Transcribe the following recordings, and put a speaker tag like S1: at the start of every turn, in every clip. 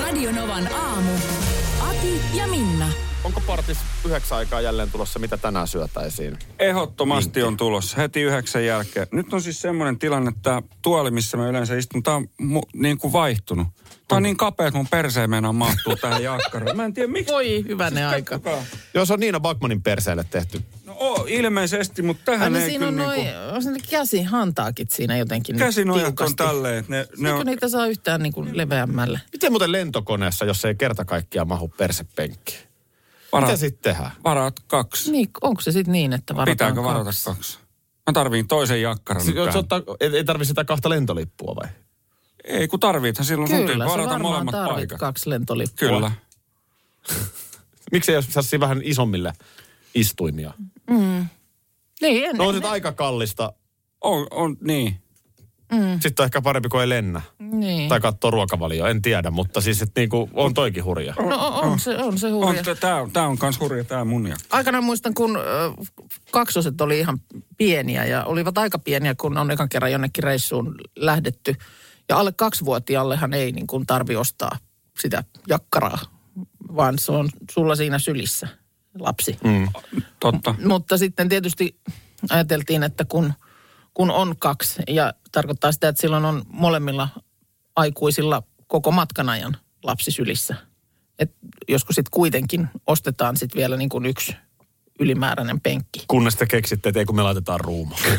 S1: Radionovan aamu. Ati ja Minna.
S2: Onko partis yhdeksän aikaa jälleen tulossa, mitä tänään syötäisiin?
S3: Ehdottomasti on tulossa heti yhdeksän jälkeen. Nyt on siis semmoinen tilanne, että tämä tuoli, missä mä yleensä istun, tämä on mu- niin kuin vaihtunut.
S4: Mm.
S3: Tämä on niin kapea, että mun perseen meinaa mahtuu tähän jakkaraan. Mä en tiedä miksi.
S4: Voi
S3: Siis
S4: hyvänä aika.
S3: Katsokaa.
S2: Jos on Niina Bakmanin perseelle tehty.
S3: No oo, ilmeisesti, mutta tähän
S4: Aina
S3: ei
S4: siinä
S3: kyllä
S4: on noin,
S3: niin
S4: niinku... käsi hantaakin siinä jotenkin niin
S3: Käsinojat on
S4: tiukasti.
S3: tälleen, että ne, ne
S4: Eikö
S3: on...
S4: niitä saa yhtään niinku leveämmälle?
S2: Miten muuten lentokoneessa, jos ei kerta kaikkiaan mahu persepenkkiin?
S3: Varat,
S2: Mitä sitten tehdään?
S3: varat kaksi.
S4: Niin, onko se sitten niin, että varataan
S3: Pitääkö varata
S4: kaksi?
S3: kaksi? Mä tarviin toisen jakkaran nyt
S2: Jos
S3: tähän.
S2: ottaa, ei, ei tarvitse sitä kahta lentolippua vai?
S3: Ei kun tarvithan silloin sun
S4: Kyllä,
S3: täytyy
S4: sä
S3: varata
S4: varmaan
S3: molemmat
S4: tarvit
S3: paikat.
S4: kaksi lentolippua.
S3: Kyllä.
S2: Miksi jos saisi vähän isommille istuimia?
S4: Niin, en,
S2: No on se aika kallista.
S3: On, on niin.
S2: Sitten on ehkä parempi kuin ei lennä.
S4: niin.
S2: Tai katsoo ruokavalio, en tiedä, mutta siis et niinku, on toikin hurja.
S4: No on, on, se, on se
S3: On,
S4: hurja.
S3: t- tää, on- tää on kans hurja, tää mun jakkara.
S4: Aikanaan muistan, kun ö, kaksoset oli ihan pieniä ja olivat aika pieniä, kun on ekan kerran jonnekin reissuun lähdetty. Ja alle kaksivuotiaallehan ei niin kuin tarvi ostaa sitä jakkaraa, vaan se on sulla siinä sylissä lapsi. Mm.
S3: Totta.
S4: Mutta sitten tietysti ajateltiin, että kun, kun on kaksi ja tarkoittaa sitä, että silloin on molemmilla aikuisilla koko matkan ajan lapsi sylissä. Et joskus sitten kuitenkin ostetaan sitten vielä niin kuin yksi ylimääräinen penkki.
S2: Kunnes te keksitte, että ei kun me laitetaan ruuma.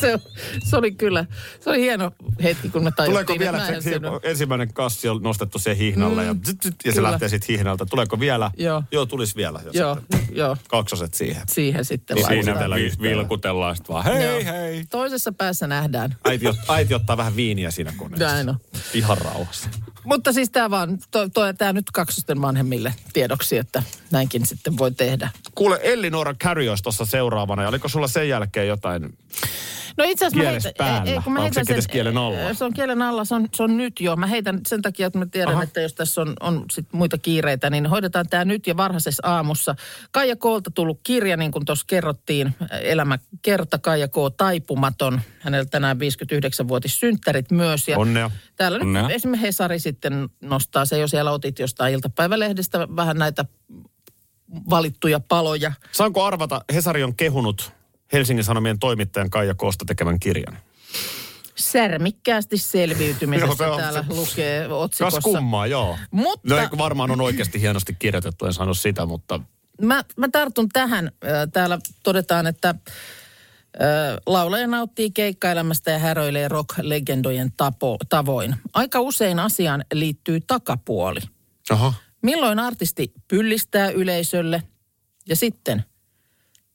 S4: Se, se oli kyllä, se oli hieno hetki, kun me tajuttiin.
S2: Tuleeko
S4: että
S2: vielä
S4: mä en
S2: se,
S4: selvinnyt.
S2: ensimmäinen kassi on nostettu siihen hihnalle mm, ja, zyt, zyt, ja se
S4: kyllä.
S2: lähtee sitten hihnalta. Tuleeko vielä?
S4: Joo.
S2: Joo, tulisi vielä. Ja
S4: Joo,
S2: sitten
S4: joo,
S2: Kaksoset siihen.
S4: siihen sitten
S2: Niin siinä
S4: laitetaan.
S2: vielä vi-
S3: vilkutellaan sitten vaan,
S4: Joo. Toisessa päässä nähdään.
S2: Äiti, ot- äiti ottaa vähän viiniä siinä koneessa.
S4: Näin on.
S2: Ihan rauhassa.
S4: Mutta siis tämä vaan, to, to, tää nyt kaksosten vanhemmille tiedoksi, että näinkin sitten voi tehdä.
S2: Kuule, Ellinora Carey olisi tuossa seuraavana. Ja oliko sulla sen jälkeen jotain?
S4: No itse asiassa mä
S2: Kielessä
S4: heitän-
S2: päällä.
S4: ei, kun mä
S2: Vai onko
S4: heitän
S2: se edes kielen alla?
S4: Se on kielen alla, se on, se on nyt jo. Mä heitän sen takia, että mä tiedän, Aha. että jos tässä on, on sit muita kiireitä, niin hoidetaan tämä nyt ja varhaisessa aamussa. Kaija Koolta tullut kirja, niin kuin tuossa kerrottiin, Elämä kerta, Kaija K. Taipumaton. Hänellä tänään 59-vuotis synttärit myös. Ja
S2: Onnea.
S4: Täällä nyt
S3: Onnea.
S4: esimerkiksi Hesari sitten nostaa se, jos siellä otit jostain iltapäivälehdestä vähän näitä valittuja paloja.
S2: Saanko arvata, Hesari on kehunut Helsingin Sanomien toimittajan Kaija Koosta tekemän kirjan.
S4: särmikkäästi
S2: Joo, se
S4: selviytymisestä
S2: on
S4: täällä
S2: se.
S4: lukee
S2: Kas
S4: otsikossa.
S2: kummaa, joo.
S4: Mutta-
S2: No ei, kun varmaan on oikeasti hienosti kirjoitettu, en sano sitä, mutta
S4: Mä, mä tartun tähän. Ö, Täällä todetaan, että ö, laulaja nauttii keikkaelämästä ja häröilee rock-legendojen tapo, tavoin. Aika usein asiaan liittyy takapuoli.
S2: Aha.
S4: Milloin artisti pyllistää yleisölle ja sitten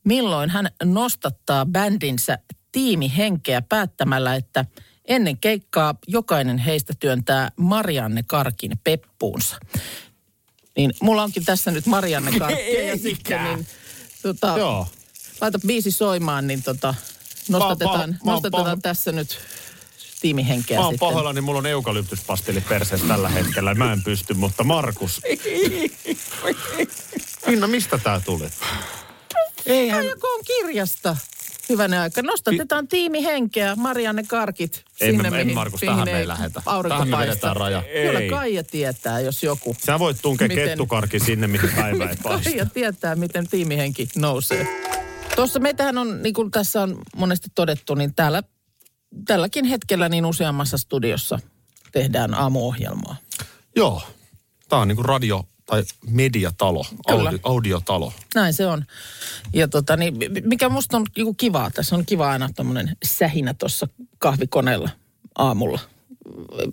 S4: milloin hän nostattaa bändinsä tiimihenkeä päättämällä, että ennen keikkaa jokainen heistä työntää Marianne Karkin peppuunsa. Niin mulla onkin tässä nyt Marianne Karkki ja sitten niin, tota,
S2: Joo.
S4: laita biisi soimaan, niin tota,
S2: Mä oon
S4: nostatetaan,
S2: paho- mä oon
S4: nostatetaan
S2: paho-
S4: tässä nyt tiimihenkeä
S2: Mä oon
S4: sitten.
S2: pahoilla, niin mulla on eukalyptuspastili perseessä tällä hetkellä. Mä en pysty, mutta Markus. Minna, mistä tää tuli?
S4: Eihän... Ajako on kirjasta. Hyvänä aika. Nostatetaan tiimihenkeä, Marianne Karkit.
S2: Ei,
S4: sinne,
S2: me- en,
S4: mihin-
S2: Markus,
S4: mihin
S2: tähän me ei
S4: ei
S2: lähetä.
S4: aurinko
S2: Tähän me
S4: paista.
S2: vedetään raja.
S4: Kyllä
S3: Ei.
S4: Kaija tietää, jos joku.
S2: Sä voit tunkea
S4: Miten?
S2: kettukarki sinne, mihin päivä ei paista.
S4: Kaija tietää, miten tiimihenki nousee. Tuossa meitähän on, niin kuin tässä on monesti todettu, niin täällä tälläkin hetkellä niin useammassa studiossa tehdään aamuohjelmaa.
S2: Joo. Tää on niinku radio tai mediatalo,
S4: Kyllä.
S2: audi, audiotalo.
S4: Näin se on. Ja tota, niin, mi- mikä musta on niinku kivaa, tässä on kiva aina tämmöinen sähinä tuossa kahvikoneella aamulla.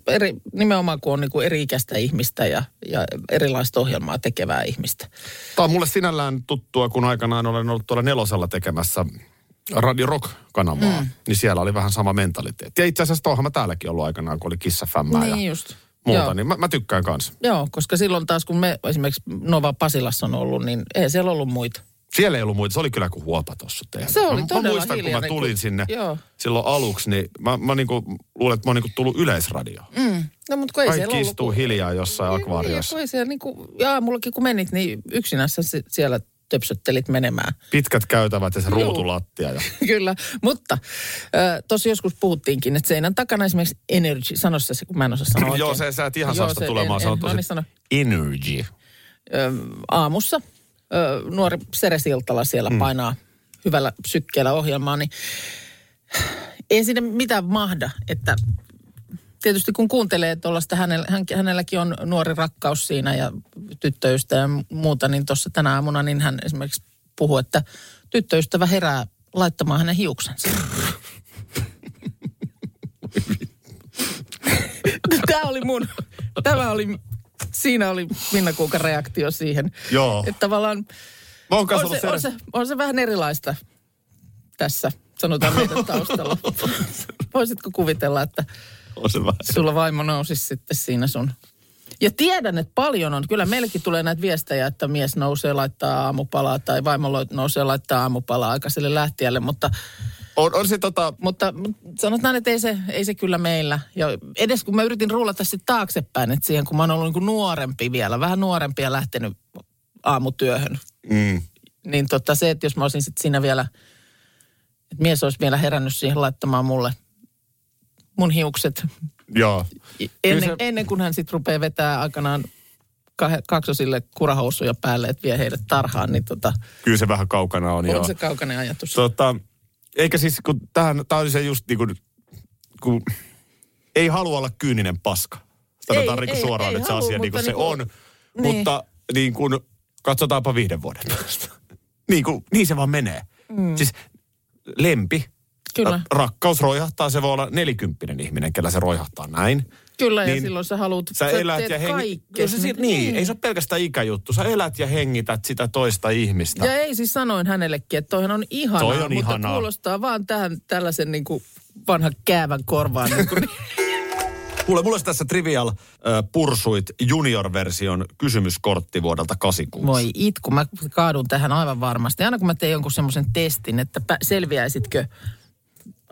S4: Eri, nimenomaan kun on niinku eri ikäistä ihmistä ja, ja erilaista ohjelmaa tekevää ihmistä.
S2: Tää on mulle sinällään tuttua, kun aikanaan olen ollut tuolla nelosella tekemässä Radio Rock-kanavaa. Mm. Niin siellä oli vähän sama mentaliteetti. Ja itse asiassa toihan mä täälläkin ollut aikanaan, kun oli Kissa Fämmää ja
S4: just.
S2: muuta,
S4: Joo.
S2: Joo. niin mä, mä tykkään kanssa.
S4: Joo, koska silloin taas kun me esimerkiksi Nova Pasilassa on ollut, niin ei siellä ollut muita.
S2: Siellä ei ollut muita, se oli kyllä kuin huopa tuossa tehdä.
S4: Se oli
S2: mä, mä
S4: todella
S2: muistan, kun mä
S4: hiljainen,
S2: tulin
S4: kun-
S2: sinne
S4: Joo.
S2: silloin aluksi, niin mä, mä niinku, luulen, että mä oon niinku tullut yleisradioon.
S4: Mm. No mutta kun ei siellä
S2: Kaikki
S4: ollut.
S2: istuu hiljaa jossain akvaariossa.
S4: Niin, kun ei siellä niin kuin, jaa, mullakin kun menit, niin yksinässä se- siellä töpsöttelit menemään.
S2: Pitkät käytävät ja se
S4: Juu.
S2: ruutulattia. Ja...
S4: Kyllä, mutta tuossa joskus puhuttiinkin, että seinän takana esimerkiksi energy, sano se, kun mä en osaa sanoa
S2: Joo,
S4: No, oikein.
S2: se sä et ihan
S4: Joo,
S2: saa sitä
S4: se-
S2: tulemaan,
S4: en-
S2: se on
S4: en- no
S2: tosi
S4: niin, sano.
S2: energy.
S4: Ö, aamussa ö, nuori Sere Siltala siellä mm. painaa hyvällä sykkeellä ohjelmaa, niin ei siinä mitään mahda, että tietysti kun kuuntelee tuollaista, hänellä, hän, hänelläkin on nuori rakkaus siinä ja tyttöystä ja muuta, niin tuossa tänä aamuna niin hän esimerkiksi puhuu, että tyttöystävä herää laittamaan hänen hiuksensa. Tämä oli mun, tämä oli, siinä oli Minna Kuukan reaktio siihen.
S2: Joo.
S4: Että tavallaan
S2: Mä oon kanssa
S4: on
S2: ollut
S4: se, on,
S2: siellä.
S4: se, on se vähän erilaista tässä, sanotaan meidän taustalla. Voisitko kuvitella, että
S2: On se vähän.
S4: sulla vaimo nousisi sitten siinä sun... Ja tiedän, että paljon on. Kyllä meillekin tulee näitä viestejä, että mies nousee laittaa aamupalaa tai vaimo lo- nousee laittaa aamupalaa aikaiselle lähtijälle, mutta,
S2: On, on se tota,
S4: mutta sanotaan, että ei se, ei se kyllä meillä. Ja edes kun mä yritin rullata sitten taaksepäin, että siihen kun mä oon ollut niin kuin nuorempi vielä, vähän nuorempi ja lähtenyt aamutyöhön,
S2: mm,
S4: niin tota se, että jos mä olisin sitten siinä vielä, että mies olisi vielä herännyt siihen laittamaan mulle mun hiukset
S2: joo.
S4: i-
S2: Kyllä
S4: ennen,
S2: se-
S4: se... ennen kuin hän sitten rupeaa vetää aikanaan kah- kaksosille kurahousuja päälle, että vie heidät tarhaan, niin tota,
S2: Kyllä se vähän kaukana on,
S4: on
S2: joo.
S4: se kaukainen ajatus.
S2: Tota, eikä siis, kun tähän, tää on se just niin kuin, kun ei halua olla kyyninen paska. Sanotaan
S4: Ei,
S2: ei,
S4: ei,
S2: suoraan,
S4: ei
S2: että se
S4: halua,
S2: asia niin kuin
S4: mutta
S2: se
S4: niinku-
S2: on.
S4: niin.
S2: Mutta niin kuin, katsotaanpa viiden vuoden päästä. niin, kuin, niin se vaan menee. Mm. Siis lempi,
S4: Kyllä,
S2: ra- rakkaus roihahtaa, se voi olla nelikymppinen ihminen, kellä se roihahtaa näin.
S4: kyllä ja
S2: niin
S4: silloin sä haluat,
S2: Sä elät
S4: teet
S2: ja hengität.
S4: kaikkes,
S2: Niin, niin, ei se ole pelkästään ikäjuttu. Sä elät ja hengität sitä toista ihmistä.
S4: Ja ei siis sanoin hänellekin, että toihan on ihanaa,
S2: Toi on
S4: mutta
S2: ihanaa.
S4: kuulostaa vaan tähän tällaisen niin kuin vanhan käävän korvaan. Niin kuin,
S2: Kuule, mulla olisi tässä Trivial ö, Pursuit Junior-version kysymyskortti vuodelta 86.
S4: Voi itku, mä kaadun tähän aivan varmasti. Aina kun mä teen jonkun semmoisen testin, että pä- selviäisitkö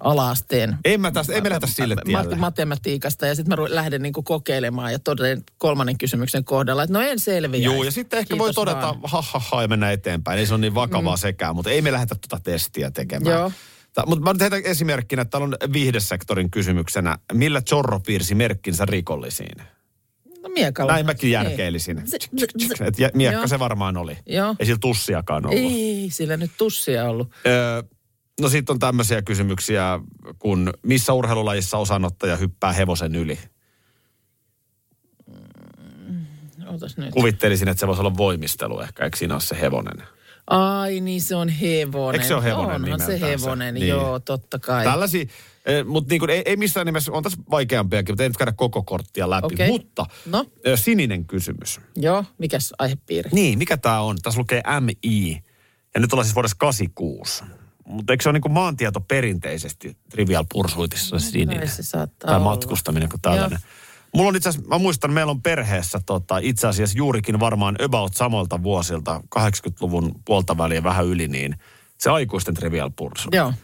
S4: alaasteen
S2: En mä tästä, ei me lähdetä sille tielle.
S4: mat- matematiikasta ja sitten mä ru- lähden niinku kokeilemaan ja toden kolmannen kysymyksen kohdalla, että no en selviä.
S2: Joo, ja sitten ehkä voi
S4: Kiitos
S2: todeta,
S4: vaan.
S2: ha, ha, ha, ja mennä eteenpäin. Ei se ole niin vakavaa mm. sekään, mutta ei me lähdetä tuota testiä tekemään.
S4: Joo.
S2: Mutta mä nyt heitän esimerkkinä, että täällä on viihdesektorin kysymyksenä. Millä Zorro piirsi merkkinsä rikollisiin?
S4: No miekalla.
S2: Näin mäkin järkeilisin.
S4: Se- se- se-
S2: Et jä- miekka
S4: Joo.
S2: se varmaan oli.
S4: Joo.
S2: Ei sillä tussiakaan ollut.
S4: Ei, sillä nyt tussia ollut.
S2: Öö, no sitten on tämmöisiä kysymyksiä, kun missä urheilulajissa osanottaja hyppää hevosen yli?
S4: Ootas nyt.
S2: Kuvittelisin, että se voisi olla voimistelu ehkä, eikö siinä ole se hevonen?
S4: Ai niin, se on hevonen.
S2: Eikö se ole hevonen
S4: Onhan se
S2: nimeltänsä?
S4: hevonen,
S2: Niin.
S4: niin. joo, totta kai.
S2: Tällaisia, mutta niin ei, ei missään nimessä, on tässä vaikeampiakin, mutta ei nyt käydä koko korttia läpi.
S4: Okei.
S2: Mutta
S4: No.
S2: ö, sininen kysymys.
S4: Joo, mikäs aihepiiri?
S2: Niin, mikä tämä on? Tässä lukee MI, ja nyt ollaan siis vuodessa 86. Mutta eikö se ole niin maantieto perinteisesti Trivial Pursuitissa sininen?
S4: Kai se saattaa
S2: Niin, tai
S4: olla.
S2: matkustaminen kuin tällainen. Mulla on itse asiassa, mä muistan, meillä on perheessä tota, itse asiassa juurikin varmaan about samoilta vuosilta, 80-luvun puolta väliä vähän yli, niin se aikuisten Trivial Pursuit.
S4: Joo.
S2: Me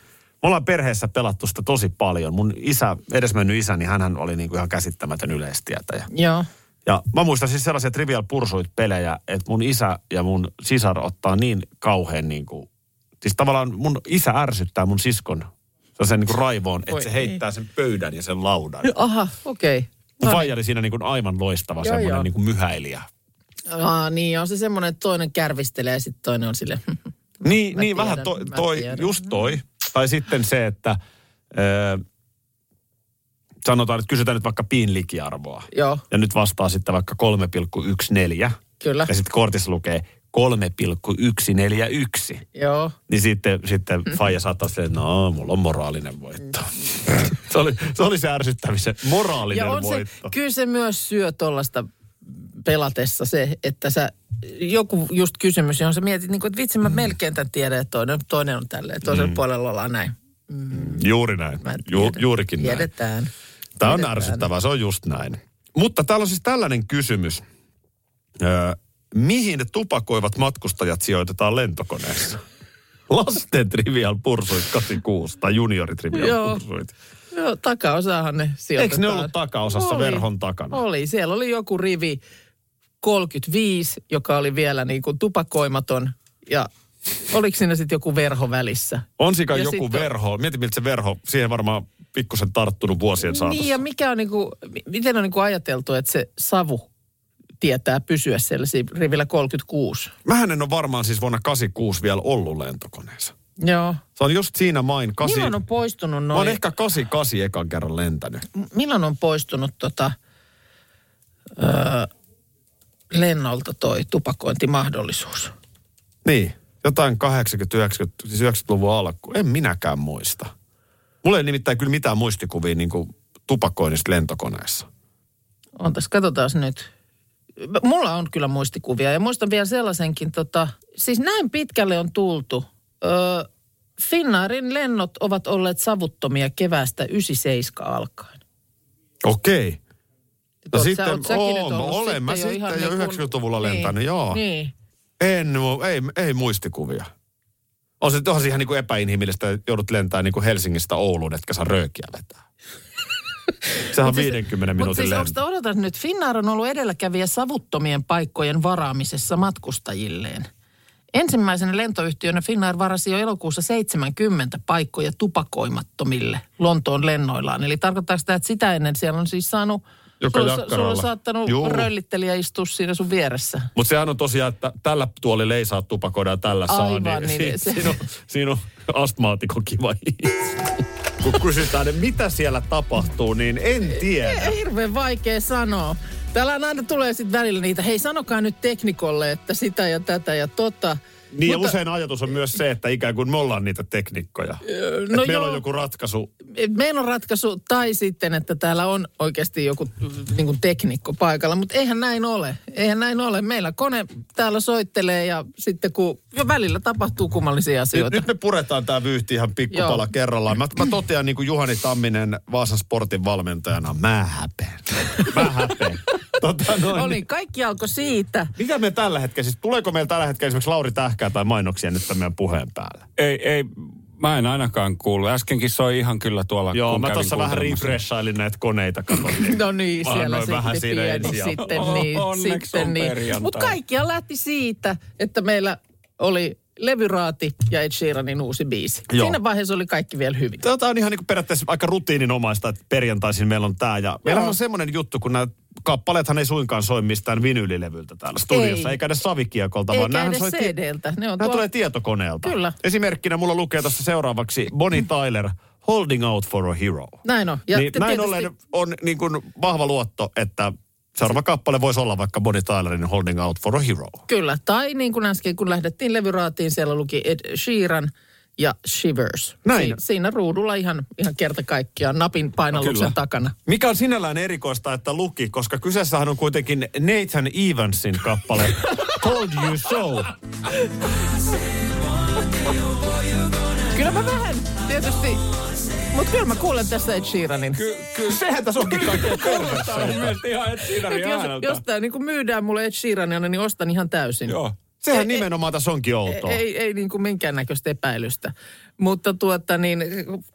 S2: ollaan perheessä pelattu sitä tosi paljon. Mun isä, edesmennyt isä, niin hän oli niinku ihan käsittämätön yleistietäjä.
S4: Joo.
S2: Ja mä muistan siis sellaisia Trivial Pursuit-pelejä, että mun isä ja mun sisar ottaa niin kauhean niin kuin, siis tavallaan mun isä ärsyttää mun siskon sen niin kuin raivoon, että
S4: Voi
S2: se
S4: ei. No,
S2: heittää sen pöydän ja sen laudan.
S4: Aha, okei. No, Okay.
S2: Mun faija oli siinä niin kuin aivan loistava
S4: Joo,
S2: semmoinen
S4: joo.
S2: niin kuin myhäilijä.
S4: Aa, niin, on se semmoinen, että toinen kärvistelee ja sitten toinen on sille. "Hmm,
S2: Niin,
S4: Mä
S2: niin vähän
S4: tiedän,
S2: toi,
S4: mä
S2: toi
S4: tiedän.
S2: just toi. Tai sitten se, että ö, sanotaan, että kysytään nyt vaikka piin likiarvoa.
S4: Joo,
S2: Ja nyt vastaa sitten vaikka 3,14.
S4: kyllä.
S2: Ja sitten kortissa lukee 3,141.
S4: Joo.
S2: Niin sitten, sitten
S4: Mm.
S2: faija saattaa silleen, että no, mulla on moraalinen voitto. se, oli, se oli se ärsyttämisen moraalinen
S4: Ja on se,
S2: voitto.
S4: kyllä se myös syö tuollaista pelatessa se, että sä joku just kysymys, johon sä mietit, niin kuin, että vitsi
S2: Mm.
S4: mä melkein tämän tiedän, että toinen, toinen on tälleen, toisella mm. puolella ollaan näin.
S2: Juuri näin.
S4: Mä tiedän.
S2: Ju, juurikin näin.
S4: Tiedetään.
S2: Tämä on
S4: Tiedetään.
S2: ärsyttävää, se on just näin. Mutta täällä on siis tällainen kysymys. Öö, mihin tupakoivat matkustajat sijoitetaan lentokoneessa? Lasten Trivial Pursuit 86 tai Juniori Trivial
S4: Joo.
S2: Pursuit.
S4: Joo, takaosaahan ne sijoitetaan.
S2: Eikö ne ollut takaosassa verhon takana?
S4: Oli, siellä oli joku rivi 35, joka oli vielä niin kuin tupakoimaton ja oliko siinä sitten joku verho välissä?
S2: On sika
S4: Ja
S2: joku
S4: sitten-
S2: verho. Mieti miltä se verho, siihen varmaan pikkusen tarttunut vuosien saatossa.
S4: Niin ja mikä on niin kuin, miten on niin kuin ajateltu, että se savu tietää pysyä siellä siinä rivillä 36?
S2: Mähän en ole varmaan siis vuonna 86 vielä ollut lentokoneessa.
S4: Joo.
S2: Se on just siinä main kasi.
S4: Milloin on poistunut
S2: Mä oon
S4: noin?
S2: ehkä 88 ekan kerran lentänyt.
S4: Milloin on poistunut tota, öö, lennolta toi tupakointimahdollisuus?
S2: Niin, jotain 80-90, siis 90-luvun alku. En minäkään muista. Mulla ei nimittäin kyllä mitään muistikuvia niin kuin tupakoinnista lentokoneessa.
S4: On tässä, katsotaan nyt. M- Mulla on kyllä muistikuvia ja muistan vielä sellaisenkin, tota, siis näin pitkälle on tultu. Öö, Finnaarin lennot ovat olleet savuttomia keväästä 97 alkaen.
S2: Okei.
S4: Oot sä-
S2: No sitten
S4: oot säkin
S2: oon
S4: nyt
S2: mä-
S4: ollut
S2: olen mä sitten
S4: ihan niin
S2: jo
S4: kuin-
S2: 90-luvulla lentänyt, joo.
S4: Niin.
S2: En, mu- ei, ei muistikuvia. On se, onhan se ihan niin kuin epäinhimillistä, että joudut lentämään niin kuin Helsingistä Ouluun, etkä saa röökiä vetää. Sehän on 50
S4: Mutta
S2: minuutin
S4: siis onko
S2: lento.
S4: odotat nyt, Finnair on ollut edelläkävijä savuttomien paikkojen varaamisessa matkustajilleen. Ensimmäisenä lentoyhtiönä Finnair varasi jo elokuussa 70 paikkoja tupakoimattomille Lontoon lennoillaan. Eli tarkoittaa sitä, että sitä ennen siellä on siis saanut,
S2: Joka
S4: sulla, on- sulla
S2: jakkaralla.
S4: on saattanut
S2: Juu.
S4: Juu. röllittelijä istua siinä sun vieressä.
S2: Mutta sehän on tosiaan, että tällä tuolilla ei saa tupakoida ja tällä saa,
S4: Aivan,
S2: niin,
S4: niin
S2: si-
S4: se-
S2: siinä, on, siinä on astmaatikon kiva isku. Kun kysytään, että mitä siellä tapahtuu, niin en tiedä.
S4: Ei, hirveän vaikea sanoa. Täällä on aina tulee sitten välillä niitä, hei sanokaa nyt teknikolle, että sitä ja tätä ja tota.
S2: Niin Mutta... ja usein ajatus on myös se, että ikään kuin me ollaan niitä teknikkoja. No meillä
S4: joo.
S2: on joku ratkaisu.
S4: meillä on ratkaisu, tai sitten, että täällä on oikeasti joku niin kuin teknikko paikalla, mutta eihän näin ole. Eihän näin ole. Meillä kone täällä soittelee ja sitten kun jo välillä tapahtuu kummallisia
S2: Nyt,
S4: asioita.
S2: nyt me puretaan tämä vyyhti ihan pikkupala
S4: Joo.
S2: kerrallaan. Mä, mä totean niin kuin Juhani Tamminen Vaasan sportin valmentajana, mä häpeen. Mä häpeen. Tota, noin.
S4: Oli, kaikki alkoi siitä.
S2: Mitä me tällä hetkellä, siis tuleeko meillä tällä hetkellä esimerkiksi Lauri Tähkää tai mainoksia nyt tämän meidän puheen päällä?
S3: Ei, ei, mä en ainakaan kuullut. Äskenkin soi ihan kyllä tuolla,
S2: Joo,
S3: kun
S2: mä
S3: kävin
S2: tuossa vähän
S3: kuuntelemassa.
S2: refreshailin näitä koneita, katsoin.
S4: No niin,
S2: Mä
S4: siellä
S2: annoin
S4: sitten
S2: vähän siinä
S4: pieni,
S2: ensin ja-
S4: sitten
S3: O-
S4: niin,
S3: onneksi on
S4: sitten niin.
S3: perjantai.
S4: Mutta kaikkia lähti siitä, että meillä oli levyraati ja Ed Sheeranin uusi biisi.
S2: Joo.
S4: Joo. Siinä vaiheessa oli kaikki vielä hyvin.
S2: Tämä on ihan niin kuin periaatteessa aika rutiininomaista, että perjantaisin meillä on tämä. Ja meillähän on semmoinen juttu, kun nämä kappaleethan ei suinkaan soi mistään vinylilevyltä täällä studiossa, ei.
S4: Ei.
S2: eikä edes savikiekolta, vaan
S4: Eikä
S2: näähän
S4: edes
S2: soi tie-
S4: CD-ltä. Ne on
S2: Nämä
S4: tuolla-
S2: tulee tietokoneelta.
S4: Kyllä.
S2: Esimerkkinä mulla lukee tässä seuraavaksi Bonnie Tyler, Holding Out for a Hero.
S4: Näin on.
S2: Ja
S4: Ja
S2: niin,
S4: te-
S2: näin
S4: tietysti-
S2: ollen on niin kuin vahva luotto, että seuraava kappale voisi olla vaikka Bonnie Tylerin Holding Out for a Hero.
S4: Kyllä, tai niin kuin äsken, kun lähdettiin levyraatiin, siellä luki Ed Sheeran ja Shivers.
S2: Näin.
S4: Si- siinä ruudulla ihan, ihan kerta kaikkiaan napin painalluksen
S3: Kyllä.
S4: takana.
S2: Mikä on sinällään erikoista, että luki, koska kyseessähän on kuitenkin Nathan Evansin kappale Told You So.
S4: Kyllä mä vähän tietysti, mutta kyllä mä kuulen tässä Ed Sheeranin.
S3: Ky- ky-
S2: Sehän tässä onkin kaikkein
S3: Kuulostaa mun mielestä ihan Ed Sheeranin
S4: Nyt jos,
S3: ääneltä.
S4: jos tämä niin myydään mulle Ed Sheerania, niin ostan ihan täysin.
S3: Joo.
S2: Sehän nimenomaan tässä onkin outoa.
S4: Ei, ei niin kuin minkäännäköistä epäilystä. Mutta tuota niin,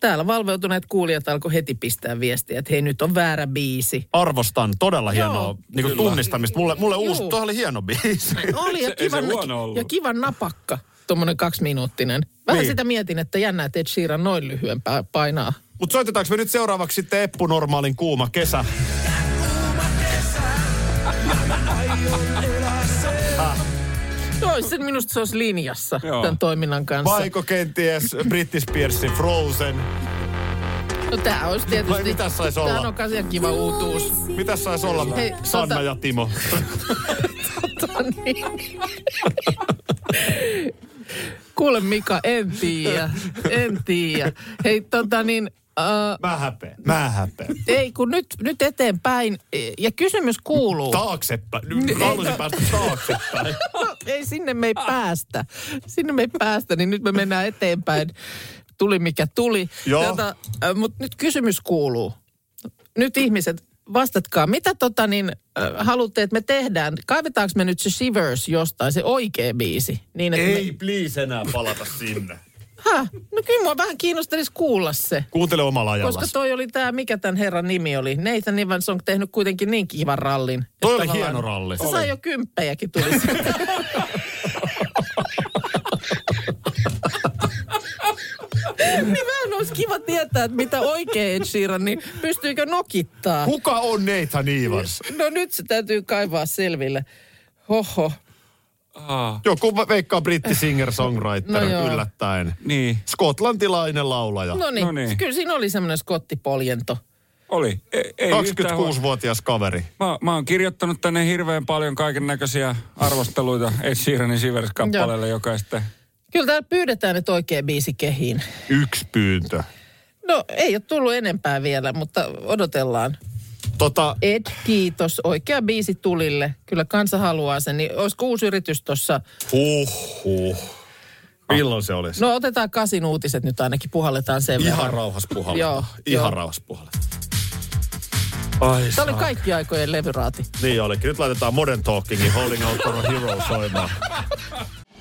S4: täällä valveutuneet kuulijat alkoi heti pistää viestiä, että hei nyt on väärä biisi.
S2: Arvostan todella hienoa niin kuin
S3: Kyllä.
S2: tunnistamista. Mulle, mulle uusi,
S4: Juu.
S2: tuohan oli hieno biisi.
S4: Oli ja
S3: Se- ei se
S4: kivan,
S3: huono ollut.
S4: ja kivan napakka, tuommoinen kaksiminuuttinen. Vähän
S2: Niin.
S4: niin. sitä mietin, että jännä, että Ed Sheeran noin lyhyen pä- painaa.
S2: Mutta soitetaanko me nyt seuraavaksi sitten Eppu Normaalin kuuma kesä?
S4: Joo, sen minusta se olisi linjassa
S3: Joo.
S4: Joo. tämän toiminnan kanssa.
S2: Vaiko kenties British Spearsin Frozen?
S4: No tämä olisi tietysti...
S2: Vai mitä sais
S4: Tämä
S2: olla?
S4: on kasia kiva uutuus.
S2: Mitäs saisi olla
S4: Hei,
S2: Sanna
S4: tota-
S2: ja Timo?
S4: Tota niin. Kuule Mika, en tiedä, en tiedä. Hei tota niin, äh,
S2: Mä häpeen. Mä häpeen.
S4: ei kun nyt, nyt eteenpäin. Ja kysymys kuuluu.
S2: Taaksepäin. Nyt Mä haluaisin päästä taaksepäin.
S4: No, ei, sinne me ei päästä. Sinne me ei päästä, niin nyt me mennään eteenpäin. Tuli Tota, mikä tuli.
S2: Joo.
S4: Mutta nyt kysymys kuuluu. Nyt ihmiset, vastatkaa, mitä tota niin, äh, haluatte, että me tehdään? Kaivetaanko me nyt se Shivers jostain, se oikea biisi? Niin, että
S2: Ei, please enää palata sinne.
S4: Me, Häh? no kyllä mua vähän kiinnostelisi kuulla se.
S2: Kuuntele omalla ajallasi.
S4: Koska toi oli tämä, mikä tämän herran nimi oli. Nathan Evans on tehnyt kuitenkin niin kivan rallin. että
S2: Toi oli
S4: tavallaan-
S2: hieno ralli.
S4: Se sai jo kymppejäkin tuli siitä. niin vähän olisi kiva tietää, että mitä oikein Ed Sheeran, niin pystyykö nokittaa?
S2: Kuka on Nathan Evans?
S4: No nyt se täytyy kaivaa selville. Hoho.
S3: Aa,
S2: Joku veikkaa britti singer-songwriter
S4: No joo.
S2: no yllättäen.
S3: niin,
S2: Skotlantilainen laulaja.
S4: No niin,
S3: Noniin.
S4: kyllä siinä oli semmoinen skottipoljento.
S3: oli. E- Ei, ei yhtään huono.
S2: 26-vuotias kaveri.
S3: Mä, mä oon kirjoittanut tänne hirveän paljon kaiken näköisiä arvosteluita Ed Sheeranin Sivers-kappaleelle, joka ei sitten...
S4: Kyllä täällä pyydetään nyt oikea biisi kehiin.
S2: Yksi pyyntö.
S4: No ei ole tullut enempää vielä, mutta odotellaan.
S2: Tota,
S4: Ed, kiitos. Oikea biisi tulille. Kyllä kansa haluaa sen. Niin olisiko uusi yritys tuossa?
S2: huhhuh. Milloin se olisi?
S4: No otetaan kasin uutiset nyt ainakin, puhalletaan sen
S2: Ihan
S4: verran.
S2: rauhas puhalta.
S4: Joo, joo.
S2: Ihan rauhas puhalta. Ai
S4: Tämä oli
S2: saa.
S4: kaikki aikojen levyraati.
S2: Niin olikin. Nyt laitetaan Modern Talkingin Holding Out for a Hero soimaan.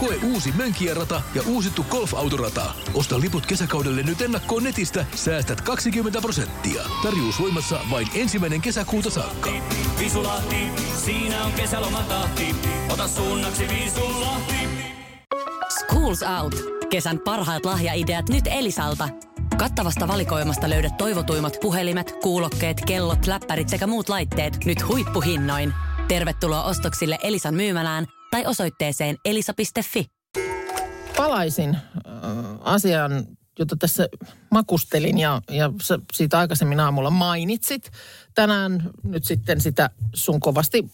S5: Koe uusi Mönkijärata ja uusittu golfautorata. Osta liput kesäkaudelle nyt ennakkoon netistä, säästät 20 prosenttia. Tarjous voimassa vain ensimmäinen kesäkuuta saakka.
S6: Visulahti, siinä on kesälomatahti. Ota suunnaksi Visulahti.
S7: Schools Out. Kesän parhaat lahjaideat nyt Elisalta. Kattavasta valikoimasta löydät toivotuimmat puhelimet, kuulokkeet, kellot, läppärit sekä muut laitteet nyt huippuhinnoin. Tervetuloa ostoksille Elisan myymälään tai osoitteeseen elisa.fi.
S4: Palaisin äh, asiaan, jota tässä makustelin ja, ja sä siitä aikaisemmin aamulla mainitsit. Tänään nyt sitten sitä sun kovasti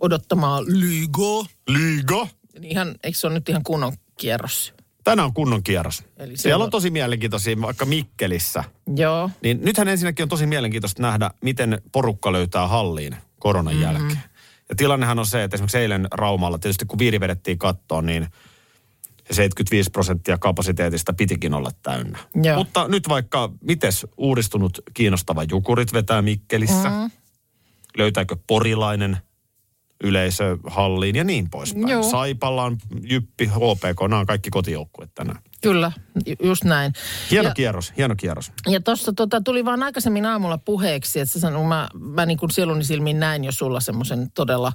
S4: odottamaa Lygo.
S2: Liiga.
S4: Ihan, eikö se ole nyt ihan kunnon kierros?
S2: Tänään on kunnon kierros.
S4: Eli
S2: Siellä
S4: silloin-
S2: on tosi mielenkiintoisia, vaikka Mikkelissä.
S4: Joo.
S2: Niin nythän ensinnäkin on tosi mielenkiintoista nähdä, miten porukka löytää halliin koronan
S4: Mhm.
S2: mm-hmm. jälkeen. Ja tilannehan on se, että esimerkiksi eilen Raumalla, tietysti kun viiri vedettiin kattoon, niin se 75 prosenttia kapasiteetista pitikin olla täynnä.
S4: Joo.
S2: Mutta nyt vaikka, mites uudistunut kiinnostava Jukurit vetää Mikkelissä?
S4: Mhm.
S2: Mm-hmm. Löytääkö porilainen yleisö halliin ja niin poispäin.
S4: Joo.
S2: Joo. Saipallaan, Jyppi, HPK, nämä on kaikki kotijoukkueet tänään.
S4: Kyllä, ju- just näin.
S2: Hieno
S4: ja,
S2: kierros, hieno kierros.
S4: Ja tuossa tota, tuli vaan aikaisemmin aamulla puheeksi, että sä sanon, mä, mä niin kuin sieluni silmin näin jo sulla semmoisen todella,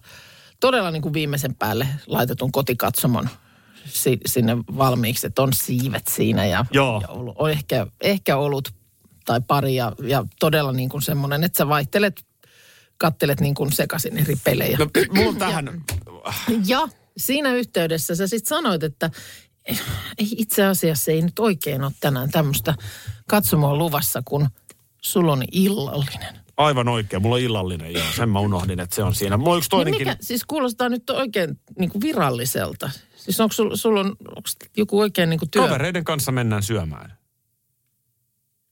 S4: todella niin kuin viimeisen päälle laitetun kotikatsomon si, sinne valmiiksi, että on siivet siinä ja,
S2: Joo.
S4: ja olu- on ehkä, ehkä ollut tai pari ja, ja todella niin kuin semmoinen, että sä vaihtelet, kattelet niin kuin sekaisin eri pelejä.
S2: No, mulla on tähän,
S4: Ja siinä yhteydessä sä sitten sanoit, että eh, ei itse asiassa ei nyt oikein ole tänään tämmöistä katsomoa luvassa, kun sulla on illallinen.
S2: Aivan oikein, mulla on illallinen joo, sen mä unohdin, että se on siinä. Mulla on yksi
S4: Niin
S2: toinenkin,
S4: mikä, siis kuulostaa nyt oikein niin kuin viralliselta. Siis onko sulla sul on, onks joku oikein niin kuin työ?
S2: kavereiden kanssa mennään syömään.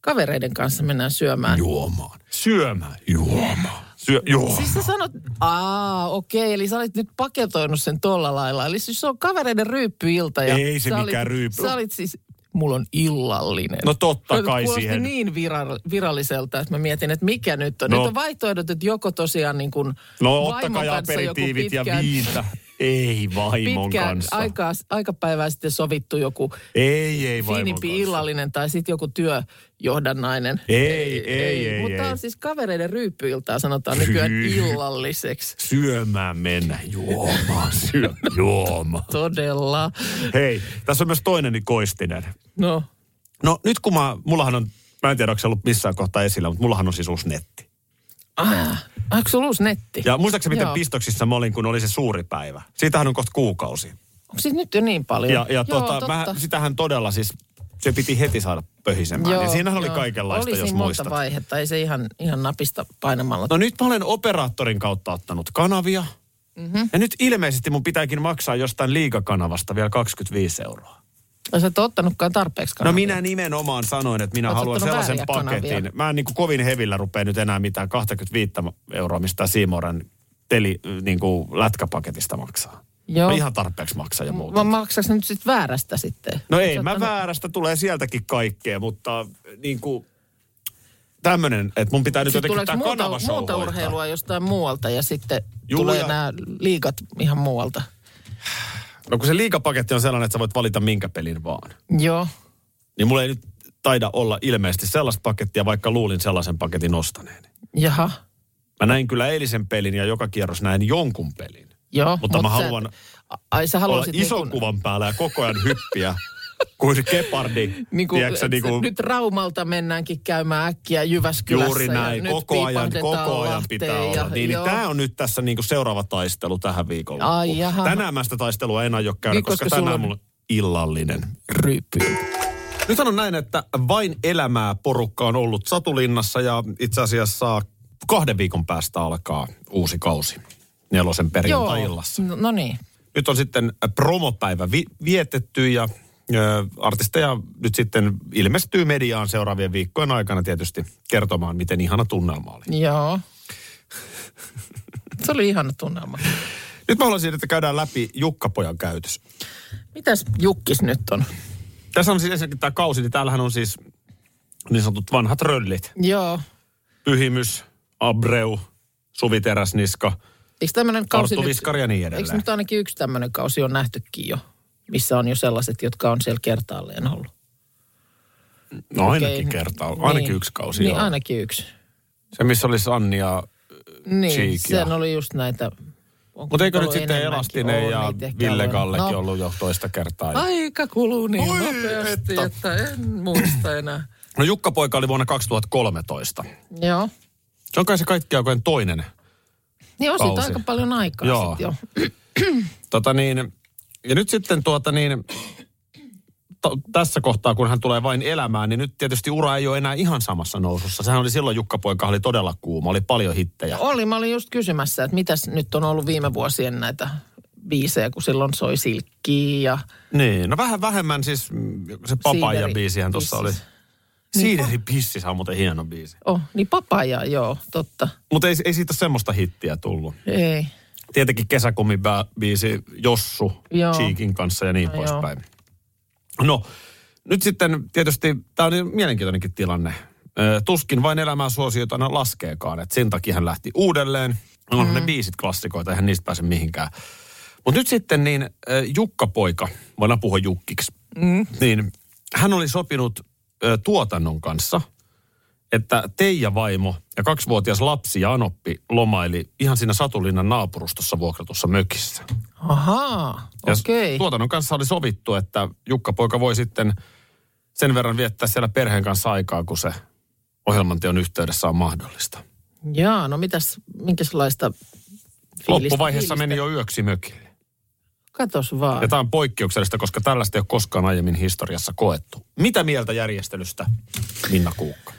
S4: Kavereiden kanssa mennään syömään. Joo.
S2: Juomaan. Syömään. Juomaan. Syö, juo.
S4: Siis sä sanot, aa okei, eli sä olit nyt paketoinut sen tolla lailla. Eli siis se on kavereiden ryyppyilta. Ja
S2: Ei se
S4: sä
S2: mikään
S4: olit,
S2: ryyppy-
S4: Sä olit siis, mulla on illallinen.
S2: No totta
S4: Toi
S2: kai
S4: kuulosti
S2: siihen.
S4: niin viral- viralliselta, että mä mietin, että mikä nyt on.
S2: No.
S4: Nyt on vaihtoehdot, että joko tosiaan niin kuin
S2: No
S4: vaimon
S2: ottakaa ja
S4: kanssa joku
S2: aperitiivit ja
S4: pitkään-
S2: viintä. Ei vaimon
S4: pitkään
S2: kanssa.
S4: aikaa, aikapäivää sitten sovittu joku
S2: Ei, ei vaimon
S4: finimpi
S2: kanssa.
S4: illallinen tai sitten joku työjohdannainen.
S2: Ei, ei, ei, ei.
S4: Mutta on siis kavereiden ryyppyiltaa sanotaan nykyään
S2: Hyy.
S4: illalliseksi.
S2: Syömään mennä, juomaan, syö, juomaan.
S4: Todella.
S2: Hei, tässä on myös toinen niin koistinen.
S4: No,
S2: No nyt kun mä, mullahan on, mä en tiedä onko se ollut missään kohtaa esillä, mutta mullahan on siis uusi netti.
S4: ah, onko sulla uusi netti?
S2: Ja muistaakseni miten
S4: Joo.
S2: pistoksissa mä olin, kun oli se suuri päivä? Siitähän on kohta kuukausi.
S4: Onko siis nyt jo niin paljon?
S2: Ja, ja
S4: Joo,
S2: tota,
S4: totta.
S2: mä, sitähän todella siis Se piti heti saada pöhisemään. Joo, ja Niin siinähän oli
S4: joo.
S2: kaikenlaista,
S4: oli
S2: jos
S4: siinä monta
S2: muistat.
S4: vaihetta, ei se ihan, ihan napista painamalla.
S2: No nyt mä olen operaattorin kautta ottanut kanavia.
S4: Mhm.
S2: Mm-hmm. Ja nyt ilmeisesti mun pitääkin maksaa jostain liigakanavasta vielä 25 euroa.
S4: No, sä et ole ottanutkaan tarpeeksi
S2: No
S4: kanavia.
S2: minä nimenomaan sanoin, että minä
S4: Oot
S2: haluan
S4: ottanut
S2: sellaisen
S4: vääriä
S2: paketin.
S4: kanavia.
S2: Mä en niin kuin kovin hevillä rupea nyt enää mitään 25 euroa mistään Siimoren teli, niin kuin lätkäpaketista maksaa.
S4: Joo.
S2: Mä ihan tarpeeksi maksaa ja muuta.
S4: Mä maksaks nyt sit väärästä sitten?
S2: No
S4: Oot
S2: ei, mä
S4: ottanut-
S2: väärästä tulee sieltäkin kaikkea, mutta niin kuin tämmönen, että mun pitää nyt
S4: Sitten
S2: jotenkin
S4: tuleeko
S2: tämä
S4: muuta,
S2: kanava
S4: muuta urheilua jostain muualta ja sitten
S2: Juu,
S4: Juu, tulee
S2: ja-
S4: ja... nämä liigat ihan muualta.
S2: No kun se liikapaketti on sellainen, että sä voit valita minkä pelin vaan.
S4: Joo.
S2: Niin mulla ei nyt taida olla ilmeisesti sellaista pakettia, vaikka luulin sellaisen paketin ostaneeni.
S4: Jaha.
S2: Mä näin kyllä eilisen pelin ja joka kierros näin jonkun pelin.
S4: Joo.
S2: Mutta mä
S4: sä-
S2: haluan
S4: Ai sä
S2: olla
S4: haluaisit
S2: ison
S4: niin kuin-
S2: kuvan päällä ja koko ajan hyppiä kuin kepardi.
S4: Niin kuin,
S2: tiedätkö, sä, niin kuin,
S4: Nyt Raumalta mennäänkin käymään äkkiä Jyväskylässä.
S2: Juuri
S4: ja
S2: näin,
S4: nyt
S2: koko ajan,
S4: piipahdetaan
S2: koko ajan
S4: Lahteen
S2: pitää olla. Niin, niin
S4: joo.
S2: tämä on nyt tässä niinku seuraava taistelu tähän viikolla.
S4: Ai jaha.
S2: Tänään mä sitä taistelua en aio käydä,
S4: Niin,
S2: koska,
S4: koska
S2: koska
S4: sulla
S2: tänään
S4: on-
S2: mulla on illallinen.
S4: Rypy.
S2: Nyt sanon näin, että vain elämää porukka on ollut Satulinnassa ja itse asiassa kahden viikon päästä alkaa uusi kausi nelosen perjantai-illassa.
S4: No, no niin.
S2: Nyt on sitten äh, promopäivä vi- vietetty ja ö, artisteja nyt sitten ilmestyy mediaan seuraavien viikkojen aikana tietysti kertomaan, miten ihana tunnelma oli.
S4: Joo. Se oli ihana tunnelma.
S2: Nyt mä haluaisin, että käydään läpi Jukkapojan käytös.
S4: Mitäs Jukkis nyt on?
S2: Tässä on siis ensinnäkin tämä kausi, niin täällähän on siis niin sanotut vanhat röllit.
S4: Joo.
S2: Pyhimys, Abreu, Suvi Teräsniska,
S4: Eikö tämmöinen kausi
S2: Arttu Viskari ja niin
S4: Eikö
S2: edelleen.
S4: nyt ainakin yksi tämmöinen kausi on nähtykin jo, missä on jo sellaiset, jotka on siellä kertaalleen ollut?
S2: No ainakin
S4: Okei.
S2: kertaa, ainakin
S4: Niin.
S2: yksi kausi.
S4: Niin,
S2: joo.
S4: ainakin yksi.
S2: Se, missä oli Sanni ja...
S4: Niin,
S2: Cheek,
S4: sehän
S2: joo.
S4: oli just näitä.
S2: Mutta eikö nyt sitten Elastinen ja Ville Gallekin
S4: no,
S2: ollut jo toista kertaa? ja-
S4: Aika kuluu niin
S2: Oi,
S4: nopeasti,
S2: että.
S4: että. että en muista enää.
S2: No Jukka-poika oli vuonna 2013.
S4: Joo.
S2: Se on kai se kaikki aikojen toinen
S4: Niin on siitä
S2: Kausi.
S4: aika paljon aikaa
S2: Joo.
S4: sitten jo.
S2: Tota niin, ja nyt sitten tuota niin, to, tässä kohtaa, kun hän tulee vain elämään, niin nyt tietysti ura ei ole enää ihan samassa nousussa. Sehän oli silloin Jukka-poika, oli todella kuuma, oli paljon hittejä.
S4: Oli, mä olin just kysymässä, että mitäs nyt on ollut viime vuosien näitä biisejä, kun silloin soi silkkiä ja
S2: Niin, no vähän vähemmän siis mm, se Papaija-biisihän tuossa oli.
S4: Siideri-biisissä.
S2: Siideri Pississä on muuten hieno biisi.
S4: oh, niin papaja, joo, totta.
S2: Mutta ei, ei siitä ole semmoista hittiä tullut.
S4: Ei,
S2: Tietenkin kesäkummin bä- biisi Jossu
S4: Joo.
S2: Cheekin kanssa ja niin
S4: No
S2: poispäin. No, nyt sitten tietysti tämä on mielenkiintoinenkin tilanne. Ö, Tuskin vain elämää suosiota aina laskeekaan, että sen takia hän lähti uudelleen. Onhan mm. ne biisit klassikoita, eihän niistä pääse mihinkään. Mutta nyt sitten niin ö, Jukka-poika, voidaan puhua Jukkiksi, mm. niin hän oli sopinut ö, tuotannon kanssa, että Teija vaimo ja kaksivuotias lapsi ja Anoppi lomaili ihan siinä Satulinnan naapurustossa vuokratussa mökissä.
S4: ahaa,
S2: Ja
S4: okei.
S2: tuotannon kanssa oli sovittu, että Jukka-poika voi sitten sen verran viettää siellä perheen kanssa aikaa, kun se ohjelmanteon yhteydessä on mahdollista.
S4: Jaa, no mitäs, minkälaista fiilistä?
S2: Loppuvaiheessa
S4: fiilistä? Ah.
S2: meni jo yöksi mökille.
S4: Katos vaan.
S2: Ja tämä on poikkeuksellista, koska tällaista ei ole koskaan aiemmin historiassa koettu. Mitä mieltä järjestelystä, Minna Kuukka?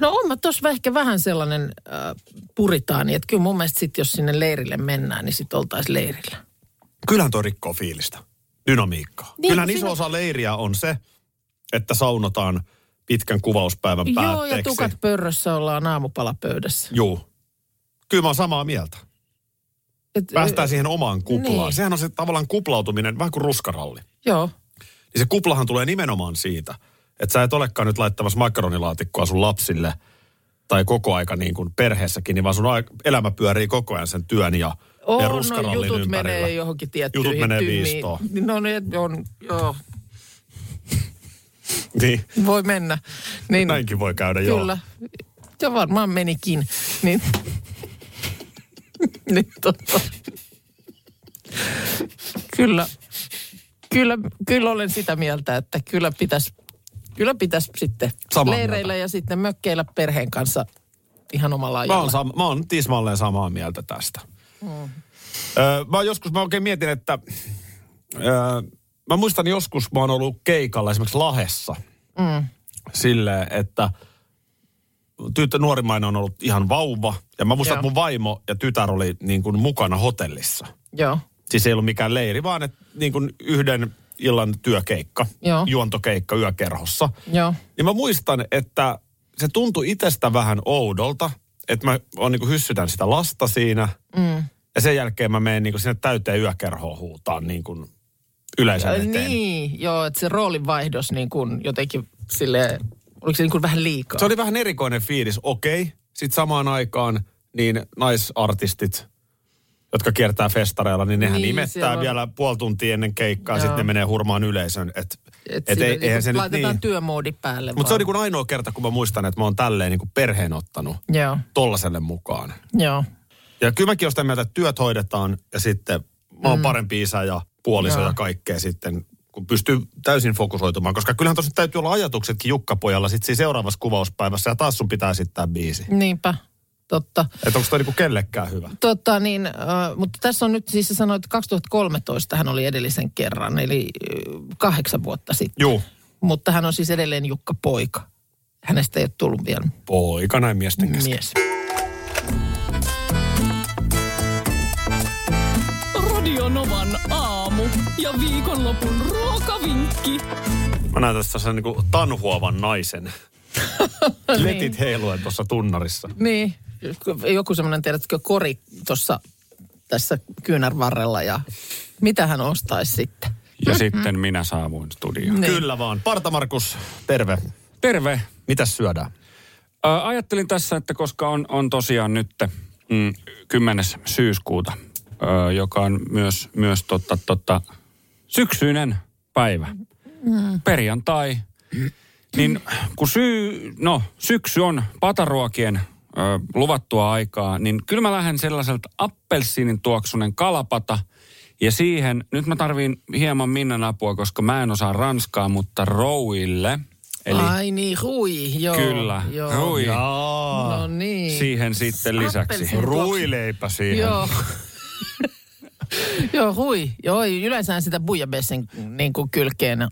S4: No on mä tossa ehkä vähän sellainen äh, puritaani, että kyllä mun mielestä sit, jos sinne leirille mennään, niin sit oltaisiin leirillä.
S2: Kyllähän toi rikkoo fiilistä, dynamiikkaa. Niin,
S4: Niin,
S2: Kyllähän
S4: kun
S2: iso
S4: siinä-
S2: osa leiriä on se, että saunotaan pitkän kuvauspäivän
S4: Joo,
S2: päätteeksi.
S4: ja tukat pörrössä ollaan aamupalapöydässä.
S2: Juu. Kyllä mä oon samaa mieltä.
S4: Et,
S2: Päästään siihen omaan kuplaan. Niin.
S4: Niin.
S2: Sehän on se tavallaan kuplautuminen, vähän kuin ruskaralli.
S4: Joo,
S2: Niin se kuplahan tulee nimenomaan siitä, että sä et olekaan nyt laittamassa makkaronilaatikkoa sun lapsille tai koko aika niin kuin perheessäkin, niin vaan sun ai- elämä pyörii koko ajan sen työn ja, ja
S4: On, no,
S2: ruskarallin
S4: jutut
S2: ympärillä.
S4: menee johonkin tiettyihin
S2: Jutut menee
S4: tyymiin.
S2: viistoon.
S4: No ne on, joo,
S2: Niin,
S4: voi mennä. Niin,
S2: näinkin voi käydä, joo.
S4: Kyllä, ja varmaan menikin. Niin, niin totta. Kyllä, kyllä, kyllä olen sitä mieltä, että kyllä pitäisi kyllä pitäis sitten
S2: Samaa
S4: leireillä
S2: mieltä.
S4: ja sitten mökkeillä perheen kanssa ihan omalla
S2: Mä oon,
S4: ajalla.
S2: sam- mä oon tismalleen samaa mieltä tästä. Mm. Öö, mä oon joskus, mä oikein mietin, että öö, mä muistan joskus, mä oon ollut keikalla esimerkiksi Lahessa. Mm. Silleen, että tyttö nuorimmainen on ollut ihan vauva. Ja mä muistan,
S4: Joo.
S2: että mun vaimo ja tytär oli niin kuin mukana hotellissa.
S4: Joo.
S2: Siis ei ollut mikään leiri, vaan että niin kuin yhden illan työkeikka,
S4: Joo.
S2: juontokeikka yökerhossa.
S4: Joo.
S2: Niin mä muistan, että se tuntui itsestä vähän oudolta, että mä on niin kuin hyssytän sitä lasta siinä. Mm. Ja sen jälkeen mä menen niin kuin sinne täyteen yökerhoon huutaan niin kuin yleisön
S4: Ai
S2: eteen.
S4: Niin, joo, että se roolivaihdos niin kuin jotenkin sille oliko se niin kuin vähän liikaa?
S2: Se oli vähän erikoinen fiilis, okei. Sitten samaan aikaan niin naisartistit, jotka kiertää festareilla, niin nehän
S4: Niin,
S2: niin, imettää
S4: siellä on-
S2: vielä puoli tuntia ennen keikkaa,
S4: Joo.
S2: sitten ne menee hurmaan yleisön. Et, et,
S4: siinä
S2: ei,
S4: niin
S2: eihän
S4: kuin
S2: se nyt
S4: laitetaan
S2: niin.
S4: työmoodi päälle
S2: Mutta se on
S4: vaan.
S2: niin kuin ainoa kerta, kun mä muistan, että mä oon tälleen niin kuin perheen ottanut
S4: Joo,
S2: tollaselle mukaan.
S4: joo.
S2: Ja kyllä mäkin olen sitä mieltä, että työt hoidetaan ja sitten mä oon mm. parempi isä ja puoliso
S4: Joo.
S2: ja kaikkea sitten, kun pystyy täysin fokusoitumaan. Koska kyllähän tuossa täytyy olla ajatuksetkin Jukkapojalla sitten siinä seuraavassa kuvauspäivässä ja taas sun pitää esittää biisi.
S4: Niinpä, totta.
S2: Että onko toi niinku kellekään hyvä?
S4: Tota niin, äh, mutta tässä on nyt siis sä sanoit, että 2013 hän oli edellisen kerran, eli äh, kahdeksan vuotta sitten.
S2: Juu.
S4: Mutta hän on siis edelleen Jukka Poika. Hänestä ei ole tullut vielä
S2: Poika näin miesten kesken.
S4: mies.
S1: Radio Novan aamu ja viikonlopun ruokavinkki.
S2: Mä näen tässä sen niinku tanhuavan naisen. Letit heiluen tuossa tunnarissa.
S4: Niin, joku semmoinen, tiedätkö, kori tuossa tässä kyynärvarrella ja mitä hän ostaisi sitten?
S3: Ja sitten minä saavuin studioon.
S4: Niin.
S2: Kyllä vaan. Parta Markus, terve.
S3: Terve.
S2: Mitäs syödään?
S3: Ää, ajattelin tässä, että koska on, on tosiaan nyt mm, 10. syyskuuta, ää, joka on myös, myös totta, totta, syksyinen päivä, mm. perjantai, niin kun syy, no, syksy on pataruokien ö, luvattua aikaa, niin kyllä mä lähden sellaiselta appelsiinin tuoksunen kalapata. Ja siihen, nyt mä tarviin hieman Minnan apua, koska mä en osaa ranskaa, mutta rouille. Eli
S4: Ai niin, hui, joo.
S3: Kyllä.
S4: Joo.
S3: Rui.
S2: Jaa.
S4: No niin.
S3: siihen sitten lisäksi.
S4: Appelsiini.
S2: Ruileipä siihen.
S4: Joo. joo, hui. Joo, yleensä sitä bujabessin niin kuin kylkeen on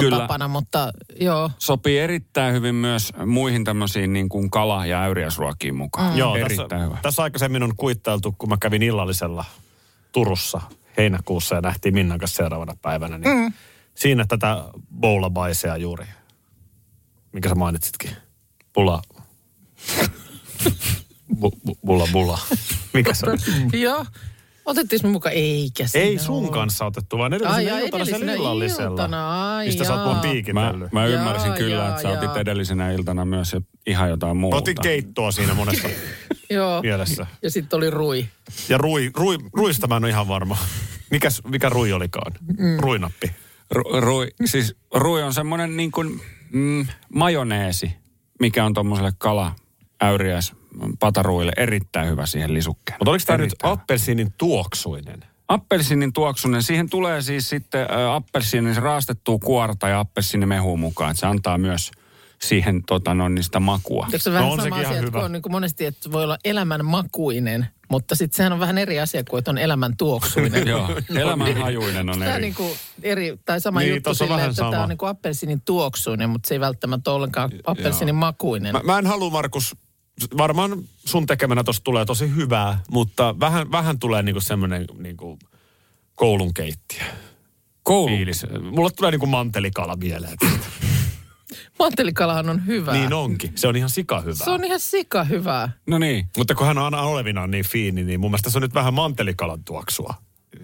S3: Kyllä.
S4: tapana, mutta joo.
S3: Sopii erittäin hyvin myös muihin tämmöisiin niin kuin kala- ja äyriäisruokiin mukaan. Mm.
S2: Joo,
S3: erittäin
S2: tässä,
S3: hyvä.
S2: tässä aikaisemmin on kuittailtu, kun mä kävin illallisella Turussa heinäkuussa ja nähtiin Minnan kanssa seuraavana päivänä. Niin mm. Siinä tätä boulabaisea juuri, minkä sä mainitsitkin. Pula. Bu, bu, bula, bula. Mikä se on?
S4: Joo. Otettiin me mukaan, eikä siinä
S2: Ei sun
S4: ollut.
S2: kanssa otettu, vaan
S4: Ai,
S2: edellisenä
S4: ai,
S2: iltana siellä
S4: edellisenä illallisella.
S2: illallisella.
S4: Ai,
S2: Mistä sä oot mua
S4: jaa.
S3: Mä,
S2: piikitellyt.
S3: mä
S4: Jaa,
S3: ymmärsin kyllä,
S4: jaa,
S3: että sä otit
S4: jaa.
S3: edellisenä iltana myös jo ihan jotain
S2: Mä
S3: muuta.
S2: otin keittoa siinä monessa
S4: Joo.
S2: mielessä.
S4: Ja sitten oli rui.
S2: Ja rui, rui, ruista mä en ole ihan varma. Mikäs, mikä rui olikaan?
S3: Mm.
S2: Ruinappi.
S3: Ru- rui, siis rui on semmoinen niin kuin mm, majoneesi, mikä on tuommoiselle kala äyriäis pataruille erittäin hyvä siihen lisukkeen.
S2: Mutta oliko tämä nyt
S3: Erittäin hyvä.
S2: appelsiinin tuoksuinen?
S3: Appelsiinin tuoksunen, siihen tulee siis sitten ä, appelsiinin raastettua kuorta ja appelsiinimehu mukaan. että Se antaa myös siihen tota, no, niin sitä makua.
S4: Eikö se vähän
S2: on
S4: no sama
S2: sekin ihan
S4: asia, että
S2: hyvä.
S4: kun on niin kuin monesti, että voi olla elämän makuinen, mutta sitten sehän on vähän eri asia kuin, että on elämän tuoksuinen.
S3: Joo, elämänhajuinen on
S4: Tämä on
S3: eri.
S4: niin kuin eri, tai sama
S2: Niin,
S4: niin, juttu
S2: tossa on
S4: sille,
S2: vähän
S4: että
S2: sama.
S4: tämä on niin kuin appelsiinin tuoksuinen, mutta se ei välttämättä ole ollenkaan appelsiinin makuinen.
S2: Mä, mä en halua, Markus, varmaan sun tekemänä tuossa tulee tosi hyvää, mutta vähän, vähän tulee niinku semmoinen niinku koulun keittiö.
S3: Koulu.
S2: Fiilis. Mulla tulee niinku mantelikala mieleen.
S4: Mantelikalahan on hyvää.
S2: niin onkin. Se on ihan sika hyvää.
S4: Se on ihan sika hyvää.
S3: No niin.
S2: Mutta kun hän on aina olevinaan niin fiini, niin mun mielestä se on nyt vähän mantelikalan tuoksua.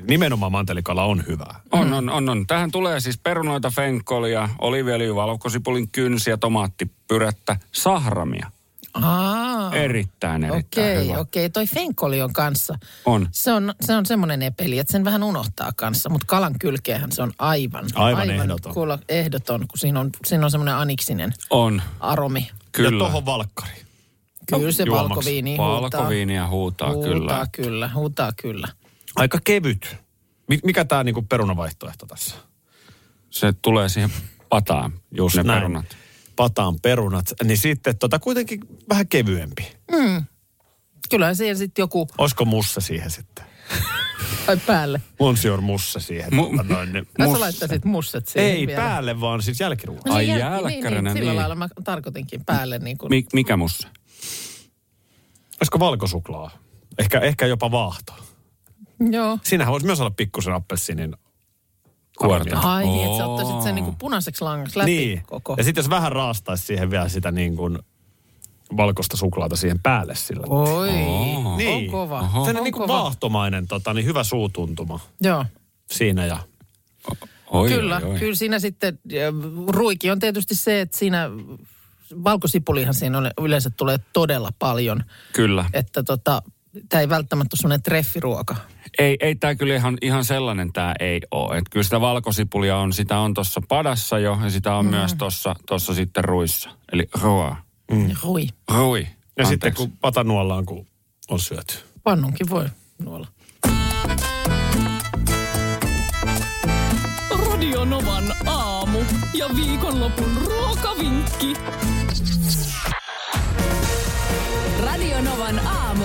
S2: Nimenomaan mantelikala on hyvää.
S4: Mm.
S3: On, on, on, on. Tähän tulee siis perunoita, fenkolia, oliviöljyä, valkosipulin kynsiä, tomaattipyrettä, sahramia.
S4: Aa,
S3: Erittäin, erittäin
S4: Ah. okei,
S3: hyvä.
S4: okei. Toi fenkoli on kanssa.
S3: On.
S4: Se on, se on semmoinen epeli, että sen vähän unohtaa kanssa, mutta kalan kylkeenhän se on aivan,
S2: Aivan ehdoton.
S4: Kuulla, ehdoton, kun siinä on, siinä on semmoinen aniksinen
S3: On,
S4: aromi.
S2: Ja
S3: kyllä.
S2: tohon valkkari.
S4: Kyllä se
S2: juomaksi.
S4: valkoviini huutaa.
S3: Valkoviiniä huutaa,
S4: huutaa
S3: huutaa kyllä.
S4: kyllä, huutaa kyllä.
S2: Aika kevyt. Mi- Mikä tämä niinku perunavaihtoehto tässä?
S3: Se tulee siihen pataan, just ne
S2: Näin.
S3: perunat.
S2: Pataan perunat. Niin sitten tota kuitenkin vähän kevyempi.
S4: Kyllä siihen sitten joku,
S2: Olisiko mussa siihen sitten?
S4: Ai päälle.
S2: Monsior Musse siihen.
S3: Mu-
S2: tota noin, niin.
S4: Ai sä
S3: Mus-
S4: laittaisit musset siihen
S2: Ei
S4: vielä.
S2: päälle, vaan siis jälkiruokaa.
S4: No
S3: Ai
S4: jäl-
S3: jälkkärinä,
S4: niin, niin. Sillä
S3: niin.
S4: lailla mä tarkoitinkin päälle niin kuin.
S3: Mik, mikä mussa?
S2: Olisiko valkosuklaa? Ehkä, ehkä jopa vaahto.
S4: Joo.
S2: Siinähän voisi myös olla pikkusen appelsiinin
S3: Kuorta.
S2: harmia.
S4: Ai niin, että sä ottaisit sen niin kuin punaiseksi langaksi läpi
S2: Niin.
S4: koko.
S2: Ja sitten jos vähän raastaisi siihen vielä sitä niin kuin valkoista suklaata siihen päälle sillä.
S4: Oi,
S2: Niin.
S4: on kova.
S2: Sellainen
S4: on
S2: niin kuin
S4: kova.
S2: vaahtomainen, tota, niin hyvä suutuntuma
S4: Joo.
S2: siinä ja
S3: Oi,
S4: Kyllä,
S3: oi, oi.
S4: kyllä siinä sitten, ja ruiki on tietysti se, että siinä valkosipulihan siinä ole- yleensä tulee todella paljon.
S3: Kyllä.
S4: Että tota, tämä ei välttämättä ole semmoinen treffiruoka.
S3: Ei, ei tämä kyllä ihan, ihan sellainen tämä ei ole. Et kyllä sitä valkosipulia on, sitä on tuossa padassa jo ja sitä on mm. myös tuossa tossa sitten ruissa. Eli roa.
S4: Mm. Rui,
S3: Rui.
S2: Ja
S3: Anteeksi.
S2: sitten kun pata nuollaan, kun on syöty.
S4: pannunkin voi nuolla.
S1: Radionovan aamu ja viikonlopun ruokavinkki.
S7: Radio Novan aamu.